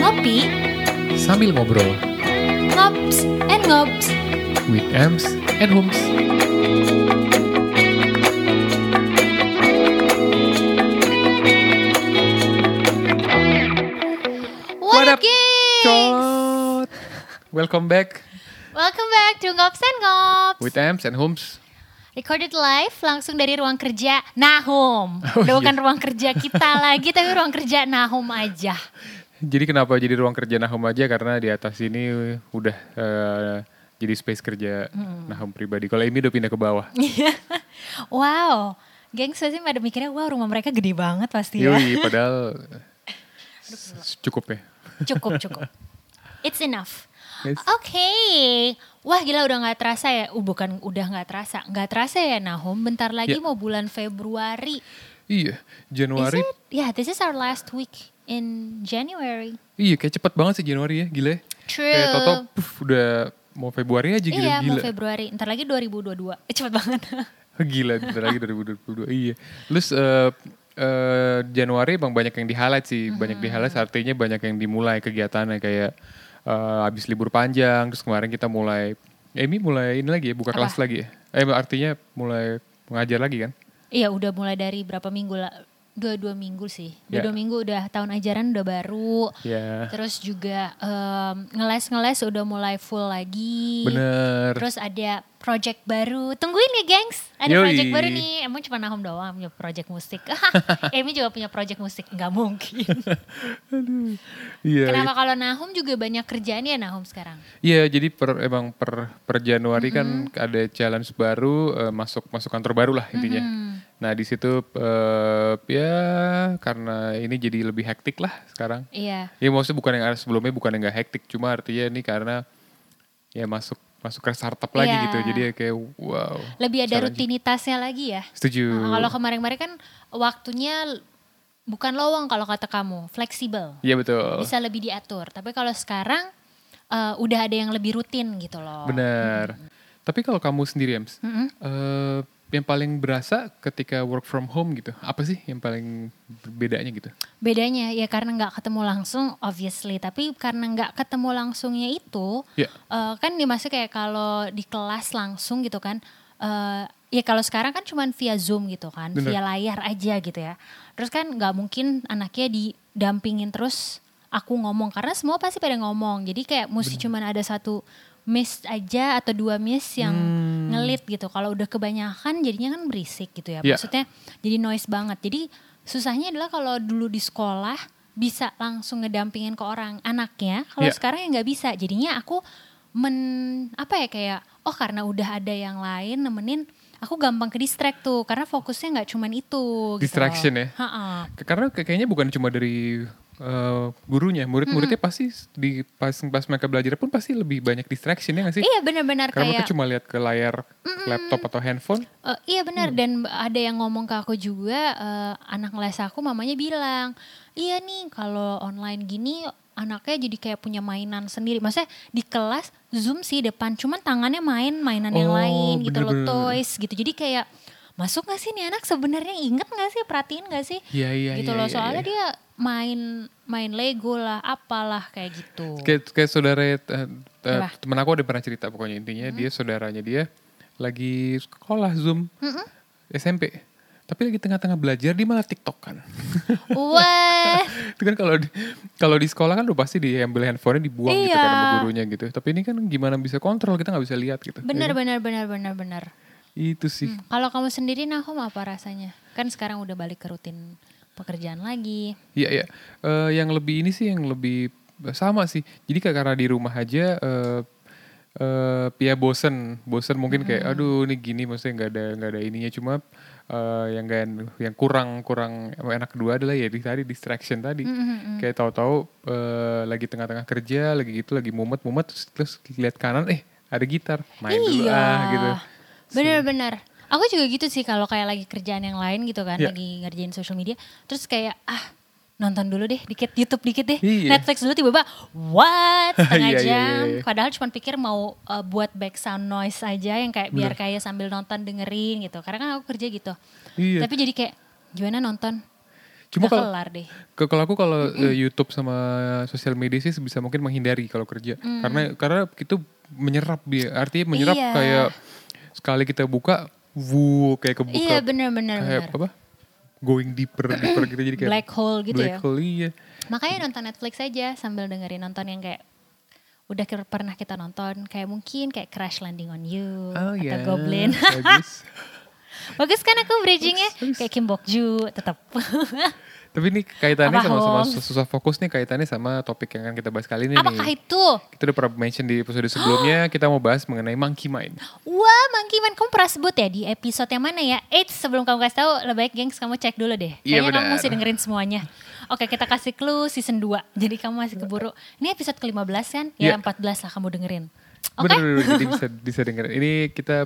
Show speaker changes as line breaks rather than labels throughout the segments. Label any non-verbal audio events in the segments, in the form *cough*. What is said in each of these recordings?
Ngopi,
Sambil ngobrol
ngops, and ngops.
with Ems and Hums.
What,
What
up,
up,
gengs?
Cot. Welcome back
Welcome back to Ngops and Ngops.
with Ems and Hums.
Recorded live langsung dari ruang kerja Nahum.
Oh,
Udah
iya.
bukan ruang kerja
*laughs*
kita lagi, tapi ruang kerja Nahum aja. *laughs*
Jadi kenapa jadi ruang kerja Nahum aja karena di atas ini udah eh, jadi space kerja
Hmm.
Nahum pribadi. Kalau ini udah pindah ke bawah.
Wow, gengs pasti pada mikirnya, wow rumah mereka gede banget pasti ya.
Yoi, padahal s- cukup ya.
*laughs* Cukup, cukup. It's enough.
Yes.
Oke, wah gila udah nggak terasa ya. Uh, bukan udah nggak terasa, nggak terasa ya Nahum. Bentar lagi
Ya.
mau bulan Februari.
Iya,
Is
Januari.
it? Yeah, this is our last week in January.
Iya, kayak cepet banget sih Januari ya, gila ya.
True.
Kayak Toto puf, udah mau Februari aja
iya, mau
gila-gila.
Februari. Ntar lagi 2022. Eh, cepet banget. *laughs*
*laughs* Gila, bentar lagi 2022. Iya. Terus eh, eh, Januari bang banyak yang di highlight sih, banyak di highlight artinya banyak yang dimulai kegiatannya kayak eh, abis libur panjang. Terus kemarin kita mulai, Emi mulai ini lagi ya, buka
Apa?
kelas lagi. ya? Eh artinya mulai mengajar lagi kan?
iya, udah mulai dari berapa minggu lah? Dua-dua minggu sih.
Ya.
Dua-dua minggu udah tahun ajaran udah baru.
Ya,
Terus juga em, ngeles-ngeles udah mulai full lagi.
bener.
Terus ada project baru. Tungguin ya, gengs. Ada
Yoi.
project baru nih. Emang cuma Nahum doang punya project musik. *laughs* Emi juga punya project musik. Nggak mungkin.
Iya.
Kenapa kalau Nahum juga banyak kerjaan ya Nahum sekarang?
Iya, jadi per, emang per per Januari kan ada challenge baru eh, masuk masukan terbaru lah intinya. Nah di situ eh, ya karena ini jadi lebih hektik lah sekarang.
Iya.
Ya maksudnya bukan yang sebelumnya bukan yang gak hektik, cuma artinya ini karena ya masuk masuk ke startup lagi
Iya.
gitu. Jadi ya kayak wow.
Lebih ada
Challenge.
rutinitasnya lagi ya.
Setuju.
Nah, kalau kemarin-kemarin kan waktunya l- bukan lowong kalau kata kamu, fleksibel.
Iya betul.
Bisa lebih diatur. Tapi kalau sekarang eh, udah ada yang lebih rutin gitu loh.
Benar. Tapi kalau kamu sendiri Ems,
Mm-mm.
eh, yang paling berasa ketika work from home gitu, apa sih yang paling bedanya gitu?
Bedanya ya karena nggak ketemu langsung obviously, tapi karena nggak ketemu langsungnya itu
Ya.
Eh, kan dia masuk kayak kalau di kelas langsung gitu kan eh, ya kalau sekarang kan cuman via zoom gitu kan
Bener.
via layar aja gitu ya terus kan nggak mungkin anaknya didampingin terus aku ngomong karena semua pasti pada ngomong jadi kayak mesti cuman ada satu miss aja atau dua miss yang
Hmm.
ngelit gitu kalau udah kebanyakan jadinya kan berisik gitu ya
Ya.
maksudnya jadi noise banget jadi susahnya adalah kalau dulu di sekolah bisa langsung ngedampingin ke orang anaknya kalau
Ya.
sekarang ya nggak bisa jadinya aku men apa ya kayak oh karena udah ada yang lain nemenin aku gampang ke distract tuh karena fokusnya nggak cuman itu
Distraction
gitu.
ya?
Ha-ha.
Ke- Karena ke- kayaknya bukan cuma dari eh, gurunya, murid-muridnya pasti s- di pas pas mereka belajar pun pasti lebih banyak distraction ya nggak sih?
iya benar-benar
Karena mereka
kayak
cuma lihat ke layar laptop atau handphone.
Eh, iya benar
Hmm.
dan ada yang ngomong ke aku juga eh, anak les aku mamanya bilang iya nih kalau online gini anaknya jadi kayak punya mainan sendiri maksudnya di kelas zoom sih depan cuman tangannya main mainan yang
Oh,
lain gitu loh
bener-bener.
toys gitu jadi kayak masuk gak sih nih anak sebenarnya inget gak sih perhatiin gak sih
Iya iya.
gitu
iya,
loh
iya,
soalnya
iya.
dia main main Lego lah apalah kayak gitu
Kayak, kayak saudara eh, eh,
Apa?
temen aku ada pernah cerita pokoknya intinya dia saudaranya dia lagi sekolah zoom SMP tapi lagi tengah-tengah belajar dia malah tiktok kan *laughs*
wah
itu kan kalau di, kalau di sekolah kan udah pasti diambil handphonenya dibuang gitu kan sama
Iya.
gurunya gitu tapi ini kan gimana bisa kontrol kita nggak bisa lihat gitu
bener bener bener bener bener
Itu sih.
Hmm. Kalau kamu sendiri Nahum apa rasanya? Kan sekarang udah balik ke rutin pekerjaan lagi.
Iya, iya. Eh, yang lebih ini sih yang lebih eh, sama sih. Jadi kayak karena di rumah aja eh eh, ya bosen, bosen mungkin kayak aduh ini gini maksudnya nggak ada nggak ada ininya cuma eh, yang nggak yang kurang kurang enak kedua adalah ya di tadi distraction tadi. Kayak tahu-tahu eh, lagi tengah-tengah kerja, lagi gitu lagi mumet-mumet terus, terus lihat kanan eh ada gitar, main dulu ah gitu.
Bener-bener. Aku juga gitu sih kalau kayak lagi kerjaan yang lain gitu kan,
Iya.
lagi ngerjain social media, terus kayak ah nonton dulu deh dikit YouTube dikit deh
Iya.
Netflix dulu tiba-tiba
*laughs*
what setengah
Iya, iya,
jam
iya, iya.
padahal cuma pikir mau uh, buat background noise aja yang kayak biar kayak sambil nonton dengerin gitu karena kan aku kerja gitu
Iya.
tapi jadi kayak gimana nonton
Cuma
Nggak
kalau
kelar deh
Ke- Kalau aku kalau eh, YouTube sama sosial media sih sebisa mungkin menghindari kalau kerja. Karena karena itu menyerap dia. Artinya menyerap
Mm. Iya.
kayak sekali kita buka, wuh kayak kebuka.
iya benar-benar
kayak
benar
apa? Going deeper deeper gitu jadi kayak
black hole gitu
black
ya
hole, iya.
Makanya nonton Netflix aja sambil dengerin nonton yang kayak udah ke- pernah kita nonton kayak mungkin kayak Crash Landing on You
Oh gitu.
atau
ya.
Goblin.
*laughs* Bagus.
*laughs* Bagus kan aku bridgingnya kayak Kim Bok Ju tetap.
Tapi ini kaitannya
Apa
sama, sama
hoax?
susah fokus nih kaitannya sama topik yang akan kita bahas kali *laughs* ini
Apakah
nih.
itu?
Kita udah pernah mention di episode
*gasps*
sebelumnya kita mau bahas mengenai monkey mind.
Wah, Monkey Man kamu pernah sebut ya di episode yang mana ya? Eits, sebelum kamu kasih tahu, lebih baik gengs kamu cek dulu deh.
Iya,
Kayaknya kamu
benar.
mesti dengerin semuanya. Oke, kita kasih clue season 2. *laughs* Jadi kamu masih keburu. Ini episode ke-15 kan? Ya,
Iya.
14 lah kamu dengerin. Oke.
Bener, bener, bener. jadi bisa, bisa dengerin. Ini kita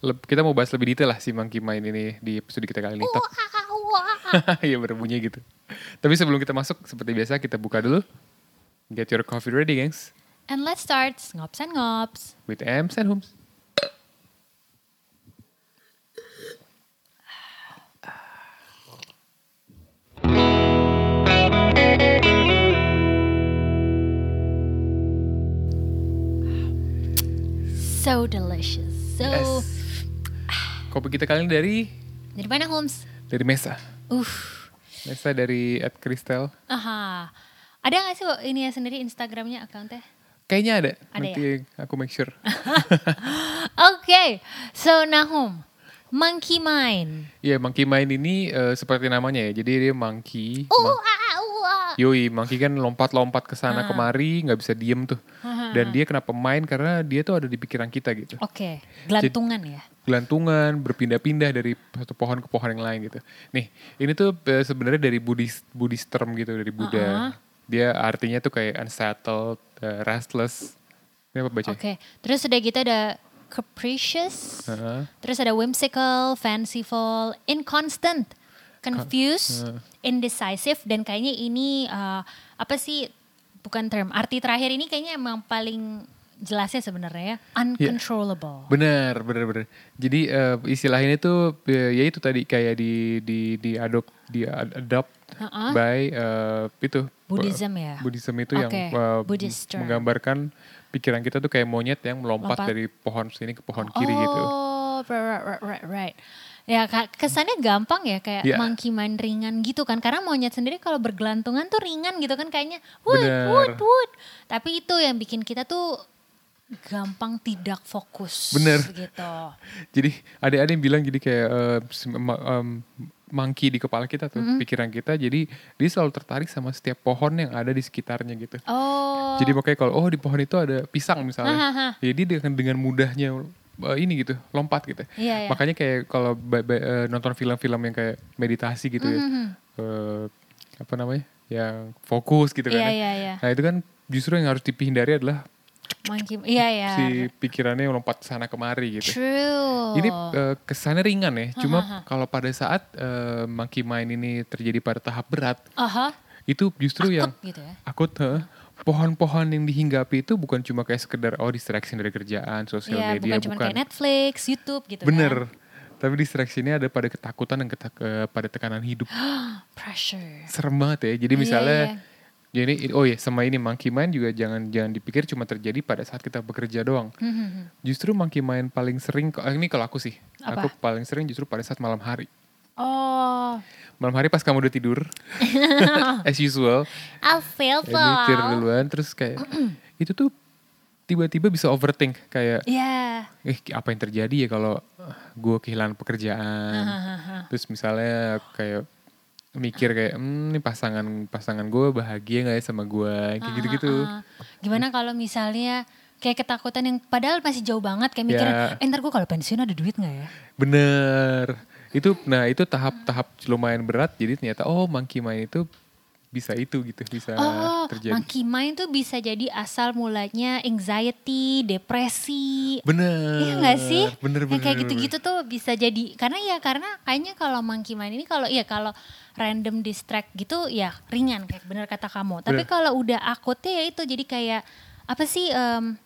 leb- kita mau bahas lebih detail lah si Monkey Mind ini di episode kita kali ini.
Oh,
Top.
Wah, wah.
*laughs* Iya berbunyi gitu. Tapi sebelum kita masuk, seperti biasa kita buka dulu. Get your coffee ready, gengs.
And let's start Ngops and Ngops.
With Ems and Hums.
So delicious. So
Yes. Kopi kita kali ini dari
dari mana Holmes?
dari Mesa.
Uh,
Mesa dari at Crystal.
aha. Ada nggak sih Wak, ini ya sendiri Instagramnya akunnya?
Kayaknya ada.
Ada ya?
Nanti aku make sure.
Oke, so Nahum, Monkey Mind.
Iya, Monkey Mind ini eh, seperti namanya ya. Jadi dia monkey.
Uh,
mon-
ah, ah, uh, ah.
Yoi, monkey kan lompat-lompat ke sana kemari, nggak bisa diem tuh. Dan dia kenapa main? Karena dia tuh ada di pikiran kita gitu.
Oke, gelantungan ya.
Gelantungan, berpindah-pindah dari satu pohon ke pohon yang lain gitu. Nih, ini tuh eh, sebenarnya dari Buddhist Buddhist term gitu, dari Buddha. Dia artinya tuh kayak unsettled, eh, restless. Ini apa baca?
Oke, terus udah gitu ada capricious,
Heeh.
terus ada whimsical, fanciful, inconstant, confused, indecisive, dan kayaknya ini uh, apa sih bukan term arti terakhir ini kayaknya emang paling jelasnya sebenarnya ya, uncontrollable.
Benar, benar, benar. Jadi eh, istilah ini tuh eh, ya itu tadi kayak di di di adopt di ad- adopt
Heeh.
by eh, itu eh,
Buddhism ya?
Buddhism itu yang
Oke,
eh,
Buddhist term.
menggambarkan pikiran kita tuh kayak monyet yang melompat
Lompat.
dari pohon sini ke pohon kiri
oh,
gitu.
right, right, right, right, right. Ya ka- kesannya gampang ya kayak
Iya.
monkey mind ringan gitu kan karena monyet sendiri kalau bergelantungan tuh ringan gitu kan kayaknya wood
Bener.
wood wood tapi itu yang bikin kita tuh gampang tidak fokus
Bener.
gitu
Jadi ada ada yang bilang jadi kayak eh, sem- ma- em, monkey di kepala kita tuh,
Mm-hmm.
pikiran kita. Jadi dia selalu tertarik sama setiap pohon yang ada di sekitarnya gitu.
oh
Jadi makanya kalau oh di pohon itu ada
Ah, ah,
pisang
ah.
misalnya, jadi dengan dengan mudahnya eh, ini gitu lompat gitu.
Iya, iya.
Makanya kayak kalau ba- ba- eh, nonton film-film yang kayak meditasi gitu
Mhm,
ya, eh, apa namanya, yang fokus gitu
Iya,
kan. ya.
iya, iya.
Nah itu kan justru yang harus dihindari adalah
monkey iya ya
si gitu. pikirannya yang lompat sana kemari gitu.
true
Jadi eh, kesannya ringan ya, cuma kalau pada saat eh, monkey mind ini terjadi pada tahap berat,
aha
itu justru yang
takut Uh-huh. gitu ya
Aku tuh pohon-pohon yang dihinggapi itu bukan cuma kayak sekedar oh distraction dari kerjaan, sosial
Iya, bukan
media,
cuma
bukan.
kayak Netflix, YouTube gitu
Bener.
kan.
Tapi distraksinya ada pada ketakutan dan ketak- eh, pada tekanan hidup.
*gasps* Ah, Pressure.
Serem banget ya. Jadi
Iya,
misalnya
iya.
jadi oh ya sama ini monkey mind juga jangan jangan dipikir cuma terjadi pada saat kita bekerja doang.
Hmm,
Justru monkey mind paling sering eh, ini kalau aku sih.
Apa?
Aku paling sering justru pada saat malam hari.
Oh,
Malam hari pas kamu udah tidur. *laughs* as usual.
I feel
Ya, mikir
for.
duluan terus kayak *clears throat* itu tuh tiba-tiba bisa overthink kayak
Iya.
eh apa yang terjadi ya kalau gue kehilangan pekerjaan terus misalnya kayak mikir kayak hmm ini pasangan pasangan gue bahagia nggak ya sama gue kayak gitu-gitu
Ah, Gimana kalau misalnya kayak ketakutan yang padahal masih jauh banget kayak mikirin,
Ya.
eh ntar gue kalau pensiun ada duit nggak ya?
bener itu nah itu tahap-tahap lumayan berat jadi ternyata oh monkey mind itu bisa itu gitu bisa
oh,
terjadi
monkey mind tuh bisa jadi asal mulanya anxiety, depresi.
bener
Iya nggak sih?
bener
Yang
bener
kayak
bener,
gitu-gitu tuh bisa jadi karena ya karena kayaknya kalau monkey mind ini kalau iya kalau random distract gitu ya ringan kayak bener kata kamu. Tapi
Bener.
kalau udah akutnya ya itu jadi kayak apa sih em,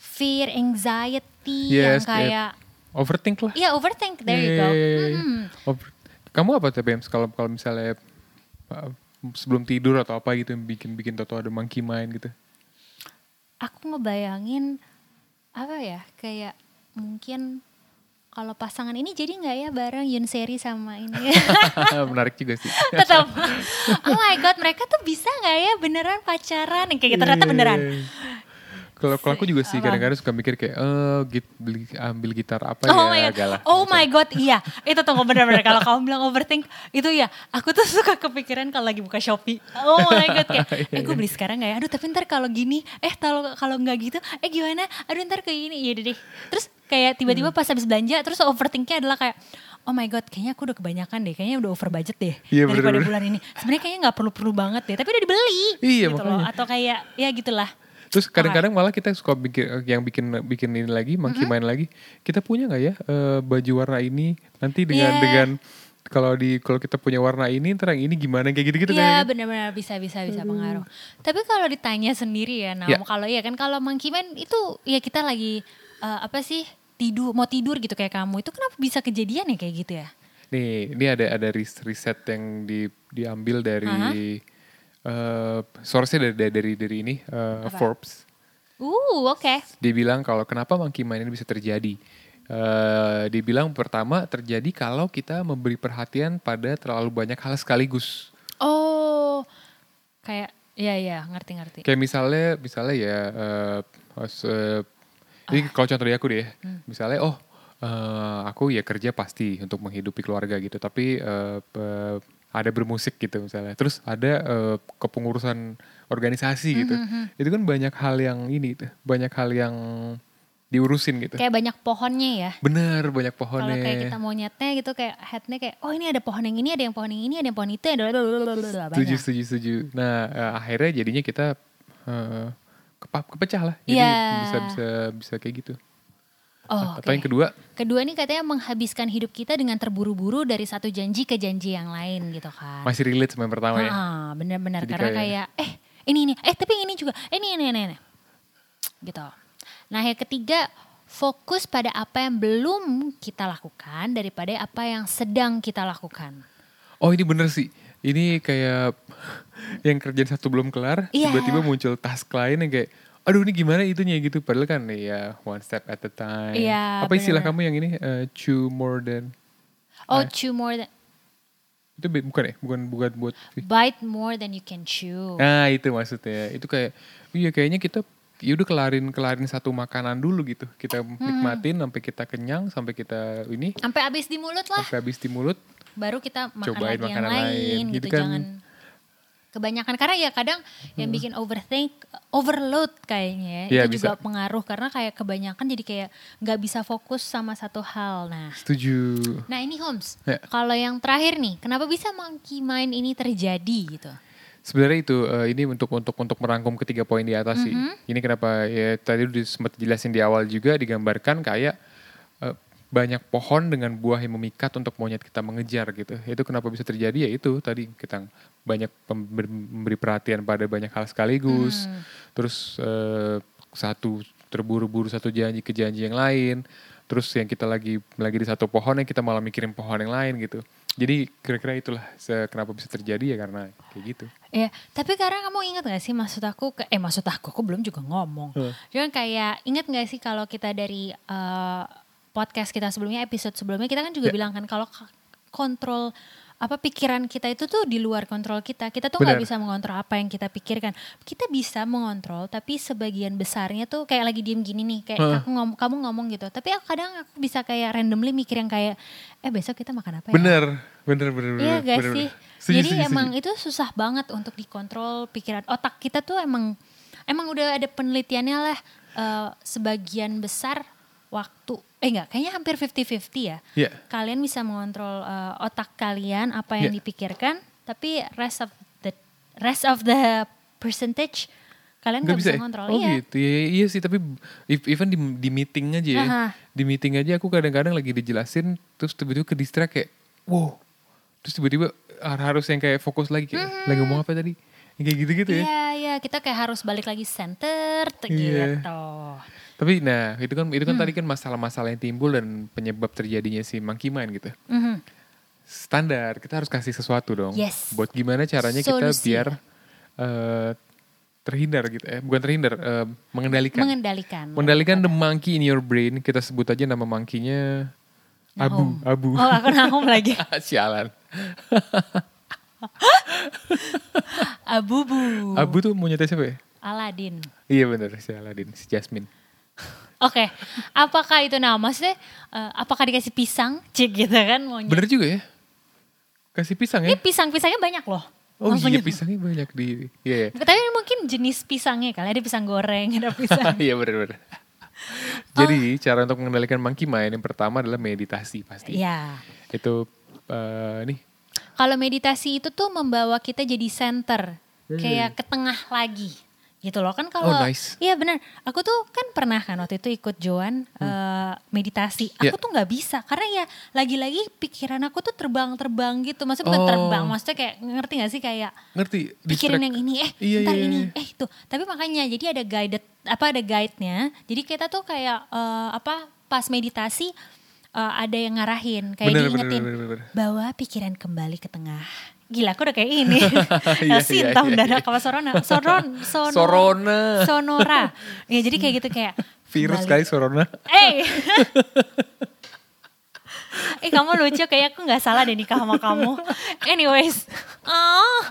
fear, anxiety yang
Yes, yep.
kayak
bener. overthink lah
Iya overthink, there you go.
Iya, iya, iya, iya.
Mm-mm.
Over- kamu apa tuh Bems kalau kalau misalnya uh, sebelum tidur atau apa gitu yang bikin bikin toto ada monkey mind gitu *laughs*
Aku ngebayangin apa ya kayak mungkin kalau pasangan ini jadi nggak ya bareng Yunseri sama ini *laughs*
menarik juga sih
tetap oh my god mereka tuh bisa nggak ya beneran pacaran Yang kayak gitu ternyata beneran
Iya. Kalau kalau aku juga sih
Apa?
kadang-kadang suka mikir kayak eh git, beli, ambil gitar apa
Oh my
ya
god,
agak lah.
oh my god, iya itu tuh bener-bener kalau kamu bilang overthink itu ya aku tuh suka kepikiran kalau lagi buka shopee. Oh my god, kayak
*laughs*
eh
Iya,
gue beli sekarang nggak ya? Aduh tapi ntar kalau gini, eh kalau kalau nggak gitu, eh gimana? Aduh ntar kayak gini, iya deh. Terus kayak
Hmm.
tiba-tiba pas habis belanja, terus overthinknya adalah kayak Oh my god, kayaknya aku udah kebanyakan deh, kayaknya udah over budget deh
Iya,
daripada
bener-bener.
bulan ini. Sebenarnya kayaknya nggak perlu-perlu banget deh, tapi udah dibeli.
Iya,
gitu loh.
makanya.
Atau kayak ya gitulah.
Terus kadang-kadang malah kita suka bikin yang bikin bikin ini lagi, monkey mind lagi. Kita punya nggak ya eh, baju warna ini nanti
Iya.
dengan dengan kalau di kalau kita punya warna ini terang ini gimana kayak gitu-gitu
Iya
kan. Hmm.
benar-benar bisa bisa bisa pengaruh. Tapi kalau ditanya sendiri ya, nah
Ya.
kalau iya kan kalau monkey man itu ya kita lagi eh, apa sih tidur mau tidur gitu kayak kamu itu kenapa bisa kejadian ya kayak gitu ya?
Nih, ini ada ada ris- riset yang di diambil dari eh source-nya dari dari dari, dari ini eh,
Apa?
Forbes.
Uh oke.
Dia bilang kalau kenapa monkey mind ini bisa terjadi. Eh dia bilang pertama terjadi kalau kita memberi perhatian pada terlalu banyak hal sekaligus.
Oh kayak ya ya ngerti ngerti.
Kayak misalnya, misalnya ya, eh eh, ini kalau contoh dari aku deh, ya.
Hmm.
misalnya oh eh, aku ya kerja pasti untuk menghidupi keluarga gitu, tapi eh, eh, ada bermusik gitu misalnya, terus ada eh, kepengurusan organisasi
Hmm,
gitu, itu kan banyak hal yang ini, tuh, banyak hal yang diurusin gitu.
Kayak banyak pohonnya ya.
Bener banyak
Kalau
pohonnya.
kayak kita monyetnya gitu kayak headnya kayak oh ini ada pohon yang ini ada yang pohon yang ini ada yang pohon itu ada blablabla,
setuju,
banyak.
setuju, setuju. Nah eh, akhirnya jadinya kita eh, kepa- kepecah lah, jadi
Iya.
bisa bisa bisa kayak gitu.
Oh, oke.
Atau yang kedua
Kedua nih katanya menghabiskan hidup kita dengan terburu-buru dari satu janji ke janji yang lain gitu kan.
masih relate sama yang pertama ya.
Ah, benar-benar
Jadi
karena kayak,
kayak-
eh ini ini, eh tapi yang ini juga, eh, ini ini ini, ini. gitu. Nah yang ketiga fokus pada apa yang belum kita lakukan daripada apa yang sedang kita lakukan.
Oh ini bener sih. Ini kayak *laughs* yang kerjaan satu belum kelar,
Iya.
tiba-tiba muncul task lain yang kayak, aduh ini gimana itunya gitu. Padahal kan ya one step at a time.
Iya,
Apa istilah
bener.
kamu yang ini? eh, chew more than
Oh
Eh.
chew more than
itu be- bukan ya? Bukan bukan buat.
bite more than you can chew.
Nah itu maksudnya. Itu kayak, iya kayaknya kita ya udah kelarin kelarin satu makanan dulu gitu. Kita
Hmm.
nikmatin sampai kita kenyang, sampai kita ini,
Sampai habis di mulut lah,
sampai habis di mulut.
baru kita makan
Cobain
lagi yang
makanan
lain,
lain,
gitu,
gitu kan. Hmm.
jangan kebanyakan karena ya kadang yang bikin overthink overload kayaknya ya,
Iya,
itu juga
bisa.
pengaruh karena kayak kebanyakan jadi kayak nggak bisa fokus sama satu hal nah
Setuju.
nah ini Holmes
Ya.
kalau yang terakhir nih kenapa bisa monkey mind ini terjadi gitu
Sebenarnya itu eh, ini untuk untuk untuk merangkum ketiga poin di atas sih. Ini kenapa ya tadi udah sempat jelasin di awal juga digambarkan kayak eh, banyak pohon dengan buah yang memikat untuk monyet kita mengejar gitu. Itu kenapa bisa terjadi ya itu tadi kita banyak pember- memberi perhatian pada banyak hal sekaligus. Terus eh, satu terburu-buru satu janji ke janji yang lain. Terus yang kita lagi lagi di satu pohon yang kita malah mikirin pohon yang lain gitu. Jadi kira-kira itulah se- kenapa bisa terjadi ya karena kayak gitu.
Ya, tapi karena kamu ingat gak sih maksud aku, ke, eh maksud aku, aku belum juga ngomong.
Hmm.
Cuman kayak ingat gak sih kalau kita dari eh, podcast kita sebelumnya, episode sebelumnya kita kan juga
Ya.
bilang kan kalau k- kontrol apa pikiran kita itu tuh di luar kontrol kita. Kita tuh nggak
Benar.
bisa mengontrol apa yang kita pikirkan. Kita bisa mengontrol, tapi sebagian besarnya tuh kayak lagi diem gini nih, kayak
Hmm.
aku ngom- kamu ngomong gitu. Tapi aku kadang aku bisa kayak randomly mikir yang kayak, eh besok kita makan apa ya?
Bener, bener, bener, bener.
Iya gak
bener,
sih?
bener. *laughs* Setuju,
Jadi
setuju,
emang
setuju.
itu susah banget untuk dikontrol pikiran otak kita tuh emang emang udah ada penelitiannya lah eh, sebagian besar waktu eh enggak kayaknya hampir 50-50 ya.
Iya.
Kalian bisa mengontrol eh, otak kalian apa yang
Iya.
dipikirkan tapi rest of the rest of the percentage kalian nggak bisa,
ya?
ngontrol
oh
iya
gitu ya, iya sih tapi if- even di, di meeting aja ya
Aha.
di meeting aja aku kadang-kadang lagi dijelasin terus tiba-tiba ke distract kayak wow terus tiba-tiba har- harus yang kayak fokus lagi kayak lagi ngomong apa tadi Yang kayak gitu-gitu ya
Mm-hmm. iya iya kita kayak harus balik lagi center t-
Iya.
gitu
tapi nah itu kan itu kan
Hmm.
tadi kan masalah-masalah yang timbul dan penyebab terjadinya si monkey mind gitu
Mhm.
standar kita harus kasih sesuatu dong
Yes.
buat gimana caranya kita
Solusi.
biar eh, terhindar gitu eh bukan terhindar eh, mengendalikan
mengendalikan
Mendalikan the monkey in your brain, kita sebut aja nama monkey-nya Abu, Abu. *laughs*
oh aku nahum lagi
Sialan.
abubu
Abu tuh monyetnya siapa ya?
Aladin
Iya bener, si Aladin, si Jasmine.
Oke, apakah itu nama maksudnya? eh, apakah dikasih pisang? Cik gitu kan monyet.
Bener juga ya? Kasih pisang
Ini
ya?
pisang-pisangnya banyak loh.
Oh iya,
Maksudnya-
pisangnya banyak di... Iya, iya.
Tapi mungkin jenis pisangnya kali ada pisang goreng, ada *laughs*
*laughs*
pisang. Oh.
Iya bener, bener. Jadi cara untuk mengendalikan monkey mind yang pertama adalah meditasi pasti.
Iya.
Itu eh, nih,
Kalau meditasi itu tuh membawa kita jadi center, kayak ke tengah lagi. Gitu loh kan kalau
Hmm. Oh, nice.
Iya benar. Aku tuh kan pernah kan waktu itu ikut Joan eh, meditasi. Aku
Hmm. Iya.
tuh nggak bisa karena ya lagi-lagi pikiran aku tuh terbang-terbang gitu. Maksudnya bukan
Oh.
terbang, maksudnya kayak ngerti gak sih kayak
ngerti?
pikirin
distract.
yang ini eh
Iya,
ntar
iya,
ini
iya.
eh itu tapi makanya jadi ada guided apa ada guide-nya jadi kita tuh kayak eh, apa pas meditasi eh, ada yang ngarahin kayak
Bener, bener,
diingetin
bener, bener, bener.
bawa pikiran kembali ke tengah gila aku udah kayak ini
*laughs*
*laughs*
Iya,
Elsin
iya,
tahun
iya,
dada sama Sorona Soron Sonora
Sorona.
Sonora ya jadi kayak gitu kayak
Virus
kembali-
kali corona.
Eh. eh kamu lucu kayak aku nggak salah deh nikah sama kamu. Anyways, oh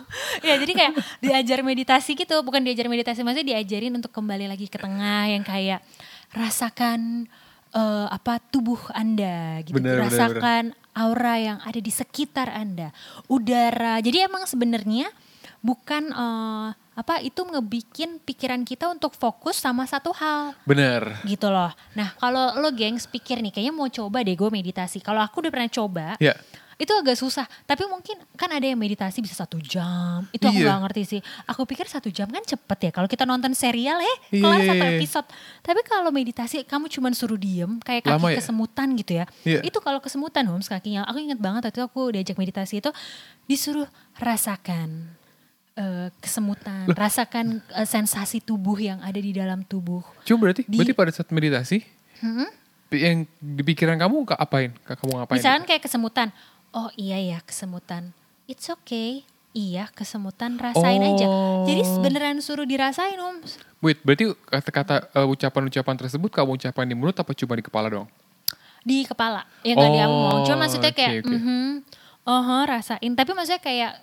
ya jadi kayak diajar meditasi gitu, bukan diajar meditasi maksudnya diajarin untuk kembali lagi ke tengah yang kayak rasakan eh, apa tubuh anda gitu,
Bener, bener,
rasakan aura yang ada di sekitar anda, udara. Jadi emang sebenarnya bukan eh, apa itu ngebikin pikiran kita untuk fokus sama satu hal
Bener.
gitu loh. Nah kalau lo gengs pikir nih kayaknya mau coba deh gue meditasi. Kalau aku udah pernah coba
Ya,
itu agak susah. Tapi mungkin kan ada yang meditasi bisa satu jam. Itu aku
Iya.
gak ngerti sih. Aku pikir satu jam kan cepet ya. Kalau kita nonton serial eh
Iya,
kelar
iya,
satu
iya.
episode. Tapi kalau meditasi kamu cuman suruh diem kayak kaki
Lama ya?
kesemutan gitu ya.
Iya.
Itu kalau kesemutan Homs kakinya. Aku inget banget waktu itu aku diajak meditasi itu disuruh rasakan. eh, kesemutan, rasakan eh, sensasi tubuh yang ada di dalam tubuh.
cuma berarti,
Di-
berarti pada saat meditasi
Hmm?
Pi- yang di pikiran kamu ka- apain? Ka- Kamu ngapain?
Misalkan kayak kesemutan. Oh iya ya kesemutan. It's okay. Iya kesemutan rasain aja. Jadi
Oh.
beneran suruh dirasain om.
Wait, berarti kata-kata eh, ucapan-ucapan tersebut kamu ucapkan di mulut apa cuma di kepala doang?
Di kepala. Ya gak
Oh,
diomong. Cuma maksudnya
oke,
kayak.
oke.
"Mhm, oho, rasain. Tapi maksudnya kayak.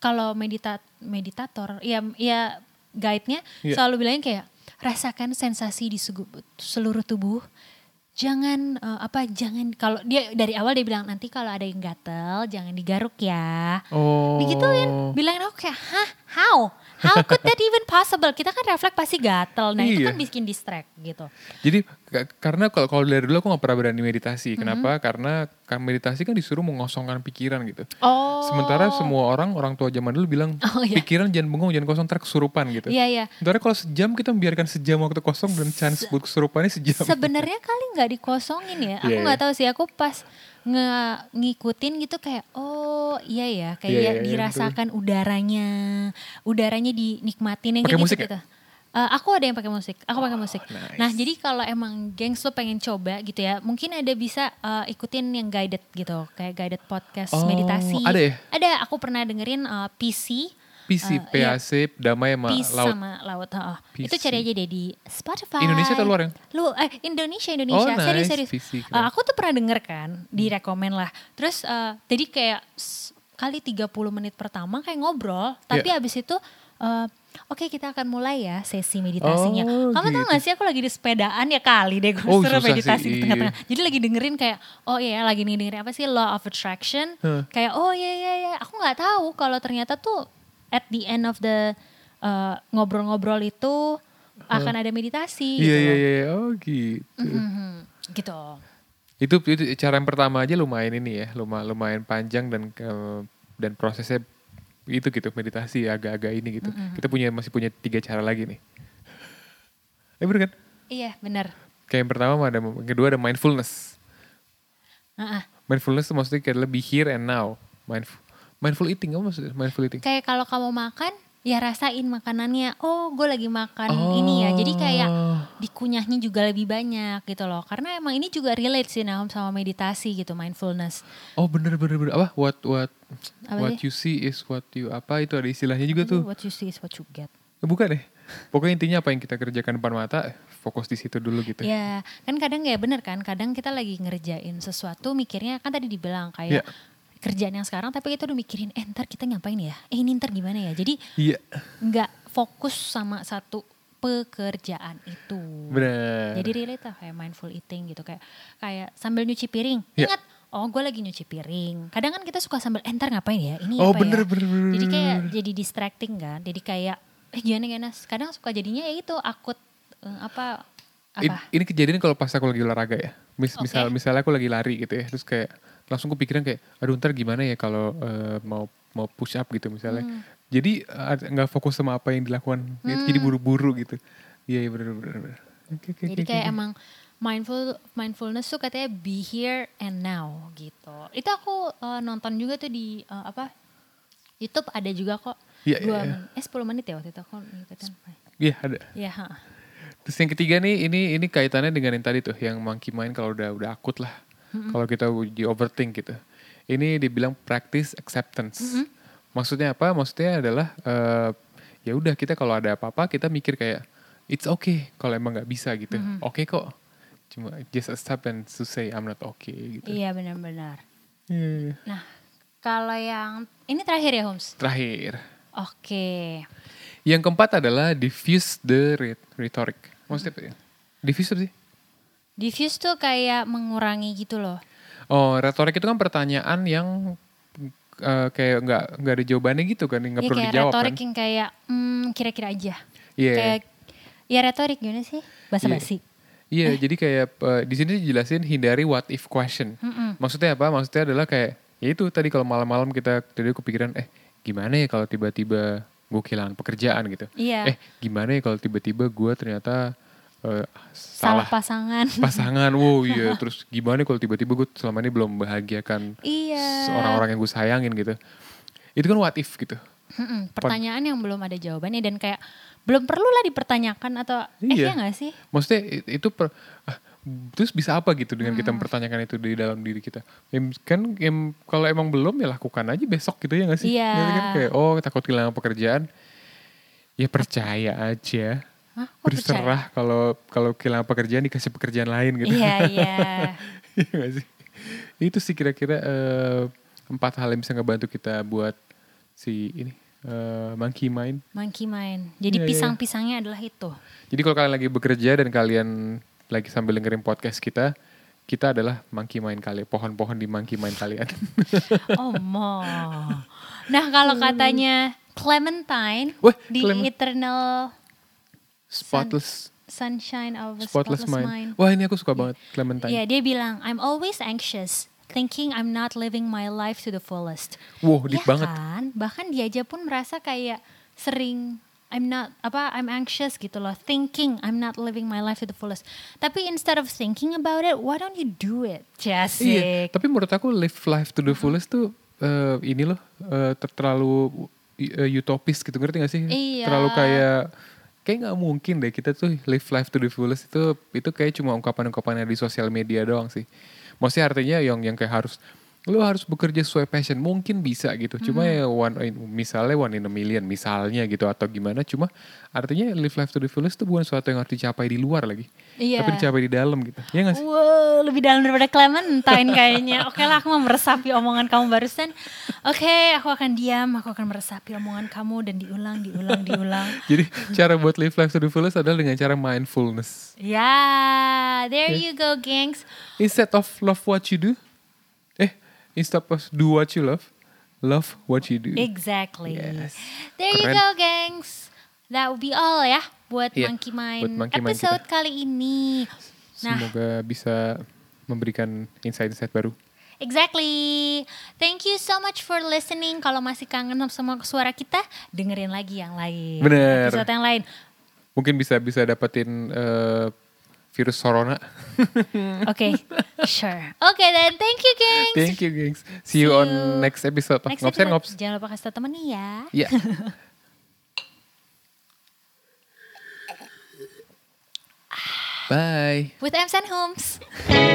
Kalau medita meditator. Ya, ya guide-nya.
Iya.
Selalu bilangnya kayak. Rasakan sensasi di segu- seluruh tubuh. Jangan eh, apa jangan kalau dia dari awal dia bilang nanti kalau ada yang gatel jangan digaruk ya.
Oh.
digituin bilangin aku kayak hah how how could that even possible kita kan refleks pasti gatel nah itu
Iya.
kan bikin distract gitu
Jadi ka- karena kalau kalau dari dulu aku nggak pernah berani meditasi.
Mm-hmm.
Kenapa? Karena kan meditasi kan disuruh mengosongkan pikiran gitu.
oh
Sementara semua orang orang tua zaman dulu bilang
Oh, iya.
pikiran jangan bengong, jangan kosong, ntar kesurupan gitu.
iya iya
Sementara kalau sejam kita membiarkan sejam waktu kosong dan chance buat kesurupannya sejam. *laughs*
sebenarnya kali nggak dikosongin ya aku
Iya,
nggak
iya.
tahu sih aku pas nge- ngikutin gitu kayak oh iya ya kayak
Iya,
ya
iya, iya,
dirasakan udaranya udaranya dinikmatin yang
Pakai
kayak
musik
gitu,
ya?
gitu. Eh, aku ada yang pakai musik, aku pakai musik.
nice.
Nah, jadi kalau emang gengs lo pengen coba gitu ya, mungkin ada bisa eh, ikutin yang guided gitu, kayak guided podcast
Oh,
meditasi.
ada ya?
Ada, aku pernah dengerin eh, PC, eh,
PC,
iya.
PAC, damai sama
Peace
laut.
sama laut. heeh.
Peace.
Itu cari aja deh di Spotify.
Indonesia atau luar yang?
Lu eh, Indonesia Indonesia.
Oh, nice.
Serius serius.
Peace, Hmm.
Eh,
keren.
aku tuh pernah denger kan, direkomen lah. Terus eh, jadi kayak s- kali 30 menit pertama kayak ngobrol,
Ya.
tapi abis itu eh, Oke kita akan mulai ya sesi meditasinya.
Oh,
Kamu tau
gitu.
gak sih aku lagi di sepedaan ya kali deh gue
Oh,
suruh
susah
meditasi
sih,
di tengah-tengah. Jadi lagi dengerin kayak oh iya lagi nih dengerin apa sih law of attraction.
Huh.
Kayak oh iya iya iya aku nggak tahu kalau ternyata tuh at the end of the uh, ngobrol-ngobrol itu akan ada meditasi
Iya
gitu.
iya
loh.
iya, oh gitu.
Mhm, Gitu.
Itu itu cara yang pertama aja lumayan ini ya, lumayan lumayan panjang dan eh, dan prosesnya itu gitu meditasi agak-agak ini gitu. Kita punya masih punya tiga cara lagi nih. Eh bener kan?
Iya benar.
Kayak yang pertama ada yang kedua ada mindfulness.
Heeh.
Mindfulness itu maksudnya kayak lebih here and now. Mindful mindful eating apa maksudnya mindful eating?
Kayak kalau kamu makan ya rasain makanannya. Oh gue lagi makan ini ya. Jadi kayak
Oh.
dikunyahnya juga lebih banyak gitu loh. Karena emang ini juga relate sih Naum sama meditasi gitu mindfulness.
Oh bener bener bener apa what what
Apa
what
sih?
you see is what you apa itu ada istilahnya juga tuh Eh,
What you see is what you get.
bukan deh pokoknya intinya apa yang kita kerjakan depan mata fokus di situ dulu gitu
Ya, kan kadang ya bener kan, kadang kita lagi ngerjain sesuatu mikirnya kan tadi dibilang kayak
Iya.
kerjaan yang sekarang tapi kita udah mikirin eh ntar kita ngapain ya, eh ini ntar gimana ya. Jadi
iya
nggak fokus sama satu pekerjaan itu.
bener
Jadi relate lah kayak mindful eating gitu kayak kayak sambil nyuci piring.
Iya.
Ingat, oh gue lagi nyuci piring. Kadang kan kita suka sambil eh ntar ngapain ya, ini
Oh,
apa
bener,
ya.
bener, bener,
Jadi kayak
bener.
jadi distracting kan, jadi kayak eh gimana gimana. Kadang suka jadinya ya itu akut eh, apa apa
In- ini kejadian kalau pas aku lagi olahraga ya Mis-
Oke.
misal misalnya aku lagi lari gitu ya terus kayak langsung kepikiran kayak aduh ntar gimana ya kalau eh, mau mau push up gitu misalnya
Hmm.
jadi eh, ada- nggak fokus sama apa yang dilakukan Jadi- jadi buru-buru gitu iya iya bener bener bener Oke, oke,
Hmm. Jadi
oke, oke.
kayak emang mindful mindfulness tuh katanya be here and now gitu. Itu aku eh, nonton juga tuh di eh, apa? YouTube ada juga kok.
Iya,
dua
iya, iya.
men- eh 10 menit ya waktu itu aku ngikutin.
iya ada
Iya, ha.
Terus yang ketiga nih, ini ini kaitannya dengan yang tadi tuh, yang monkey mind kalau udah udah akut lah, kalau kita di overthink gitu. Ini dibilang practice acceptance. Maksudnya apa? Maksudnya adalah eh, ya udah kita kalau ada apa-apa kita mikir kayak it's okay kalau emang nggak bisa gitu, oke kok. Cuma just accept and to say I'm not okay gitu.
Iya benar-benar.
Iya, iya.
Nah, kalau yang ini terakhir ya Holmes.
Terakhir,
Oke.
yang keempat adalah diffuse the rhet- rhetoric. Maksudnya apa ya? Diffuse apa sih?
Diffuse tuh kayak mengurangi gitu loh.
Oh, retorik itu kan pertanyaan yang eh, kayak nggak nggak ada jawabannya gitu kan, nggak
Ya,
perlu
kayak
dijawab
retorik
kan?
yang kayak hmm, kira-kira aja.
Iya.
Kayak ya retorik gimana sih? Basa-basi.
Iya, jadi kayak eh, di sini dijelasin hindari what if question.
Hmm.
Maksudnya apa? Maksudnya adalah kayak ya itu tadi kalau malam-malam kita tadi kepikiran eh gimana ya kalau tiba-tiba gue kehilangan pekerjaan gitu.
Iya.
Eh gimana ya kalau tiba-tiba gue ternyata eh,
Salah
salah,
pasangan.
*laughs* pasangan. Wow, iya.
*laughs*
Terus gimana kalau tiba-tiba gue selama ini belum membahagiakan
Iya.
orang-orang yang gue sayangin gitu. Itu kan what if gitu.
Mm-mm, pertanyaan yang belum ada jawabannya dan kayak belum perlu lah dipertanyakan atau eh
Iya.
ya nggak sih?
Maksudnya i- itu per- ah, terus bisa apa gitu dengan
Hmm.
kita mempertanyakan itu di dalam diri kita? Em, kan em, kalau emang belum ya lakukan aja besok gitu ya nggak sih?
Iya.
Ngerti kan? Kayak oh takut kehilangan pekerjaan, ya percaya aja,
Hah, kok Oh, percaya?
berserah kalau kalau kehilangan pekerjaan dikasih pekerjaan lain gitu.
Iya iya.
*laughs* Iya nggak sih? Itu sih kira-kira eh, empat hal yang bisa ngebantu kita buat si ini eh, monkey mind
Monkey mind. Jadi
Iya, iya, iya.
pisang-pisangnya adalah itu.
Jadi kalau kalian lagi bekerja dan kalian lagi sambil dengerin podcast kita, kita adalah monkey mind kalian, pohon-pohon di monkey mind kalian.
Oh mo. Nah kalau katanya Clementine
Wah,
di
Clem-
Eternal
spotless,
Sunshine of a Spotless,
spotless, mind.
Mind.
Wah ini aku suka banget Clementine.
Iya dia bilang I'm always anxious, thinking I'm not living my life to the fullest.
Wow, deep
Iya
banget.
kan? Bahkan dia aja pun merasa kayak sering I'm not apa I'm anxious gitu loh, thinking I'm not living my life to the fullest. Tapi instead of thinking about it, why don't you do it?
Iya,
Jasik.
tapi menurut aku live life to the fullest tuh eh, ini loh eh, ter- terlalu eh, utopis gitu ngerti gak sih?
Iya.
Terlalu kayak kayak nggak mungkin deh kita tuh live life to the fullest itu itu kayak cuma ungkapan-ungkapannya di sosial media doang sih. Maksudnya artinya yang yang kayak harus lu harus bekerja sesuai passion mungkin bisa gitu cuma
Mm-hmm.
ya one in- misalnya one in a million misalnya gitu atau gimana cuma artinya live life to the fullest itu bukan sesuatu yang harus dicapai di luar lagi
Iya.
tapi dicapai di dalam gitu ya nggak sih
Wow, lebih dalam daripada Clementine
*laughs*
kayaknya. Oke lah, aku mau meresapi omongan kamu barusan. Oke, aku akan diam, aku akan meresapi omongan kamu dan diulang, diulang,
*laughs*
diulang.
Jadi cara buat live life to the fullest adalah dengan cara mindfulness.
Ya,
Iya.
there you go, gengs.
Instead of love what you do, eh, instead of do what you love, love what you
Eh,
do.
Exactly.
Yes.
There you
Keren.
go, gengs. That would be all ya buat
Iya,
Monkey Mind
buat Monkey Mind
episode kali ini. Nah,
Semoga bisa memberikan insight-insight baru.
Exactly. Thank you so much for listening. Kalau masih kangen sama suara kita, dengerin lagi yang lain.
Bener.
Episode yang lain.
Mungkin bisa bisa dapetin eh, virus corona.
*laughs*
*laughs*
Oke, sure. Oke then, thank you gengs.
Hmm. Thank you, gengs. See
See you.
you on next episode of
Next
Ngops
episode,
and Ngops. Iya.
Jangan lupa kasih tau temen nih ya.
Yeah. *laughs* Bye.
With Ems and Homes.